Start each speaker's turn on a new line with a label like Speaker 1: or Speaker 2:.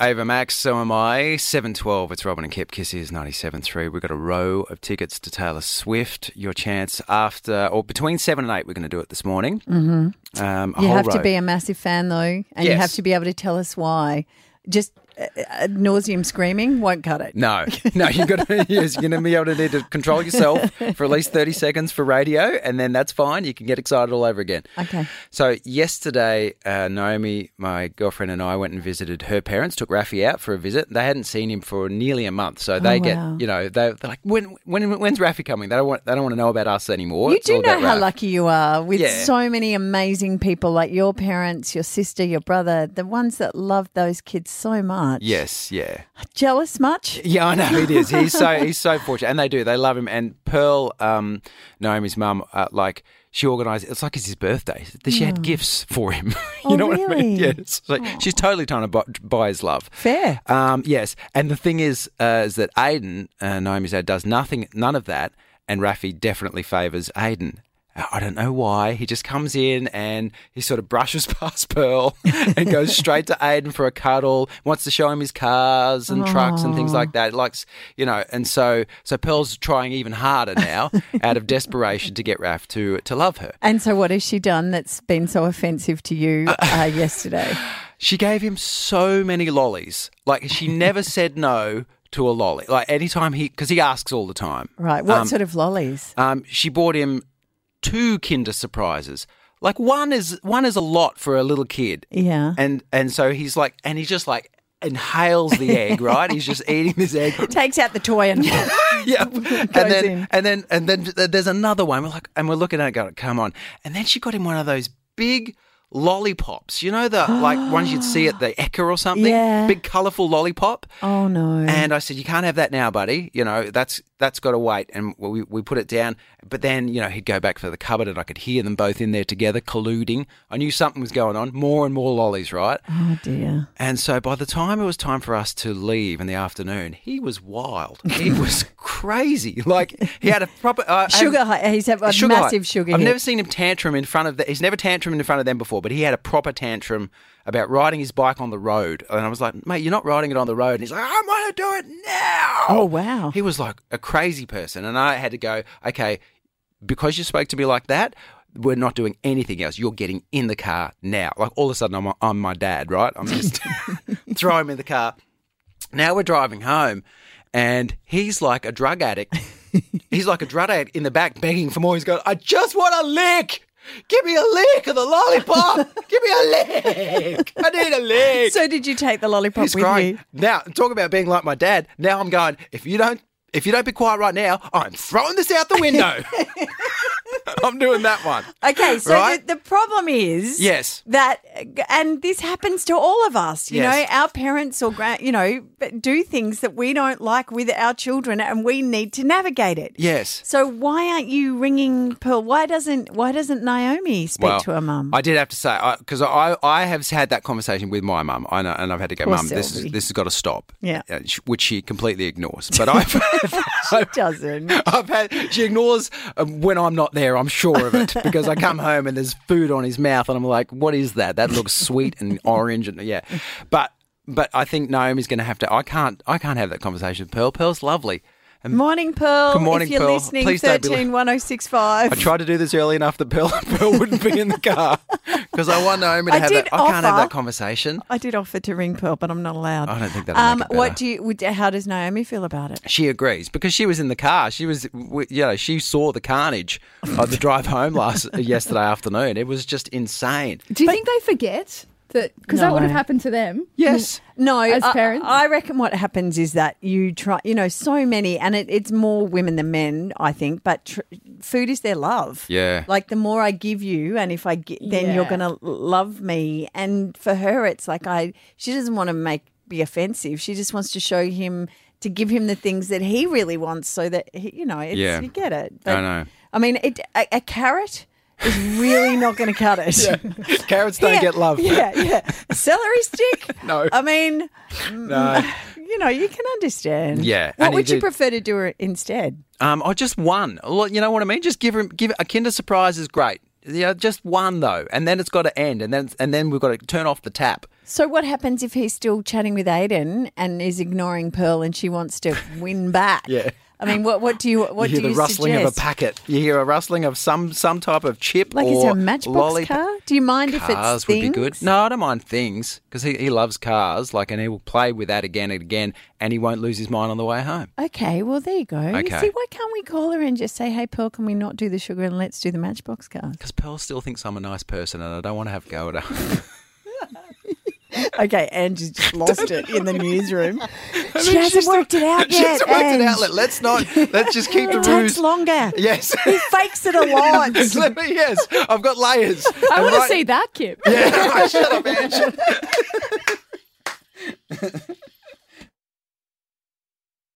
Speaker 1: Ava Max, so am I. 712, it's Robin and Kip Kisses, 97.3. We've got a row of tickets to Taylor Swift. Your chance after, or between 7 and 8, we're going to do it this morning. Mm-hmm. Um, a
Speaker 2: You
Speaker 1: whole
Speaker 2: have
Speaker 1: row.
Speaker 2: to be a massive fan, though, and you have
Speaker 1: Yes.
Speaker 2: to be able to tell us why. Just uh, uh, nauseum screaming won't cut it.
Speaker 1: No, no, you've got to, yes, you're going to be able to need to control yourself for at least 30 seconds for radio, and then that's fine. You can get excited all over again.
Speaker 2: Okay.
Speaker 1: So, yesterday, uh, Naomi, my girlfriend, and I went and visited her parents, took Rafi out for a visit. They hadn't seen him for nearly a month. So, they
Speaker 2: Oh, wow.
Speaker 1: get, you know, they, they're like, when, when, when's Rafi coming? They don't, want, they don't want to know about us anymore.
Speaker 2: You
Speaker 1: It's all
Speaker 2: do know
Speaker 1: about
Speaker 2: how
Speaker 1: Raf.
Speaker 2: lucky you are with
Speaker 1: Yeah.
Speaker 2: so many amazing people like your parents, your sister, your brother, the ones that love those kids so much.
Speaker 1: Yes, yeah.
Speaker 2: Jealous much?
Speaker 1: Yeah, I know it is. He's so he's so fortunate, and they do. They love him. And Pearl, um, Naomi's mum, uh, like she organised. It's like it's his birthday. She had gifts for him. you
Speaker 2: Hmm. Oh,
Speaker 1: know what I mean?
Speaker 2: really?
Speaker 1: Yeah. It's like, she's totally trying to buy, buy his love.
Speaker 2: Fair.
Speaker 1: Um, yes, and the thing is, uh, is that Aiden, uh, Naomi's dad, does nothing, none of that, and Rafi definitely favours Aiden. Uh, I I don't know why. He just comes in and he sort of brushes past Pearl and goes straight to Aiden for a cuddle. Wants to show him his cars and trucks and things like that. Likes, you know, and so so Pearl's trying even harder now out of desperation to get Raf to to love her.
Speaker 2: And so, what has she done that's been so offensive to you uh, yesterday?
Speaker 1: She gave him so many lollies. Like she never said no to a lolly. Like anytime he, because he asks all the time.
Speaker 2: Right. What
Speaker 1: Um,
Speaker 2: sort of lollies?
Speaker 1: Um, she bought him two Kinder surprises. Like one is one is a lot for a little kid.
Speaker 2: Yeah.
Speaker 1: And and so he's like, and he just like inhales the egg. Right. he's just eating this egg.
Speaker 2: Takes out the toy and.
Speaker 1: yep. And
Speaker 2: Goes
Speaker 1: then,
Speaker 2: in.
Speaker 1: and then and then th- there's another one. We're like, and we're looking at it going, come on. And then she got him one of those big lollipops. You know the like ones you'd see at the Ecker or something.
Speaker 2: Yeah.
Speaker 1: Big colourful lollipop.
Speaker 2: oh, no.
Speaker 1: And I said, "You can't have that now, buddy. You know that's that's got to wait." And we we put it down. But then you know he'd go back for the cupboard, and I could hear them both in there together colluding. I knew something was going on. More and more lollies, right?
Speaker 2: oh, dear.
Speaker 1: And so by the time it was time for us to leave in the afternoon, he was wild. He was crazy. Like he had a proper uh,
Speaker 2: Sugar. hi- He's had a
Speaker 1: sugar high.
Speaker 2: massive sugar
Speaker 1: I've
Speaker 2: hit.
Speaker 1: never seen him tantrum in front of the, he's never tantrum in front of them before, but he had a proper tantrum about riding his bike on the road. And I was like, mate, you're not riding it on the road. And he's like, I want to do it now.
Speaker 2: Oh, wow.
Speaker 1: He was like a crazy person. And I had to go, okay, because you spoke to me like that, we're not doing anything else. You're getting in the car now. Like all of a sudden, I'm, I'm my dad, right? I'm just throw him in the car. Now we're driving home, and he's like a drug addict. he's like a drug addict in the back begging for more. He's going, I just want a lick. Give me a lick of the lollipop. Give me a lick. I need a lick.
Speaker 2: so, did you take the lollipop
Speaker 1: He's
Speaker 2: with
Speaker 1: crying.
Speaker 2: you?
Speaker 1: Now, talk about being like my dad. Now I'm going, if you don't if you don't be quiet right now, I'm throwing this out the window. I'm doing that one.
Speaker 2: Okay, so
Speaker 1: Right?
Speaker 2: the, the problem is
Speaker 1: Yes.
Speaker 2: that and this happens to all of us. You
Speaker 1: Yes.
Speaker 2: know, our parents or grand, you know, do things that we don't like with our children, and we need to navigate it.
Speaker 1: Yes.
Speaker 2: So why aren't you ringing Pearl? Why doesn't Why doesn't Naomi speak to her mum?
Speaker 1: I did have to say because I, I have had that conversation with my mum. I know, and I've had to go,
Speaker 2: Poor
Speaker 1: mum, this is
Speaker 2: Sylvie."
Speaker 1: this has got to stop.
Speaker 2: Yeah.
Speaker 1: Uh, sh- which she completely ignores. But I've, I've
Speaker 2: doesn't.
Speaker 1: I've had she ignores um, when I'm not there. I'm sure of it because I come home and there's food on his mouth, and I'm like, "What is that? That looks sweet and orange." And yeah, but but I think Naomi's going to have to. I can't I can't have that conversation with Pearl. Pearl's lovely. And
Speaker 2: Morning, Pearl.
Speaker 1: Good morning,
Speaker 2: if you're
Speaker 1: Pearl.
Speaker 2: listening,
Speaker 1: Please don't be-
Speaker 2: thirteen one zero six five.
Speaker 1: I tried to do this early enough that Pearl, Pearl wouldn't be in the car because I want Naomi to
Speaker 2: I
Speaker 1: have
Speaker 2: did
Speaker 1: that. I can't have
Speaker 2: offer-
Speaker 1: that conversation.
Speaker 2: I did offer to ring Pearl, but I'm not allowed.
Speaker 1: I don't think that'll
Speaker 2: Um,
Speaker 1: make it
Speaker 2: what
Speaker 1: better.
Speaker 2: do you? would- How does Naomi feel about it?
Speaker 1: She agrees because she was in the car. She was, w- you know, she saw the carnage of the drive home last yesterday afternoon. It was just insane.
Speaker 3: Do you think they forget that? Because that would have
Speaker 2: No.
Speaker 3: happened to them.
Speaker 1: Yes.
Speaker 2: No,
Speaker 3: as
Speaker 2: I,
Speaker 3: parents?
Speaker 2: I reckon what happens is that you try, you know, so many, and it, it's more women than men, I think. But tr- food is their love.
Speaker 1: Yeah.
Speaker 2: Like the more I give you, and if I get, then you're
Speaker 3: Yeah.
Speaker 2: gonna love me. And for her, it's like I. She doesn't want to make be offensive. She just wants to show him to give him the things that he really wants, so that he, you know, it's,
Speaker 1: Yeah.
Speaker 2: you get it.
Speaker 1: I know.
Speaker 2: I mean, it, a, a carrot is really not going to cut it.
Speaker 1: Carrots don't
Speaker 2: Yeah,
Speaker 1: get love.
Speaker 2: Yeah, yeah. Celery stick?
Speaker 1: No.
Speaker 2: I mean,
Speaker 1: No.
Speaker 2: you know, you can understand.
Speaker 1: Yeah,
Speaker 2: What
Speaker 1: and he
Speaker 2: would you
Speaker 1: did-
Speaker 2: prefer to do instead?
Speaker 1: Um, I just one. Lo- You know what I mean? Just give him give a Kinder surprise is great. Yeah, just one though, and then it's got to end, and then and then we've got to turn off the tap.
Speaker 2: So what happens if he's still chatting with Aiden and is ignoring Pearl and she wants to win back?
Speaker 1: Yeah.
Speaker 2: I mean, what what do you what
Speaker 1: you hear
Speaker 2: do you
Speaker 1: the rustling of
Speaker 2: suggest?
Speaker 1: a packet. You hear a rustling of some some type of chip
Speaker 2: like
Speaker 1: or
Speaker 2: is there a matchbox
Speaker 1: lollipop.
Speaker 2: car? Do you mind if it's
Speaker 1: Cars would be good.
Speaker 2: things?
Speaker 1: No, I don't mind things because he, he loves cars. Like, and he will play with that again and again, and he won't lose his mind on the way home.
Speaker 2: Okay, well there you go. You
Speaker 1: Okay.
Speaker 2: see, why can't we call her and just say, "Hey, Pearl, can we not do the sugar and let's do the matchbox cars?"
Speaker 1: Because Pearl still thinks I'm a nice person, and I don't want to have a go at her.
Speaker 2: okay, Angie's just lost it in the newsroom. she hasn't worked it out
Speaker 1: She
Speaker 2: yet.
Speaker 1: hasn't worked it
Speaker 2: Ange.
Speaker 1: out. Let- Let's not. Let's just keep the
Speaker 2: It takes
Speaker 1: ruse.
Speaker 2: longer.
Speaker 1: Yes.
Speaker 2: He fakes it a lot.
Speaker 1: Just let me- yes, I've got layers.
Speaker 3: I
Speaker 1: And
Speaker 3: want to
Speaker 1: right-
Speaker 3: see that, Kip.
Speaker 1: Yeah, right, shut up, Ange.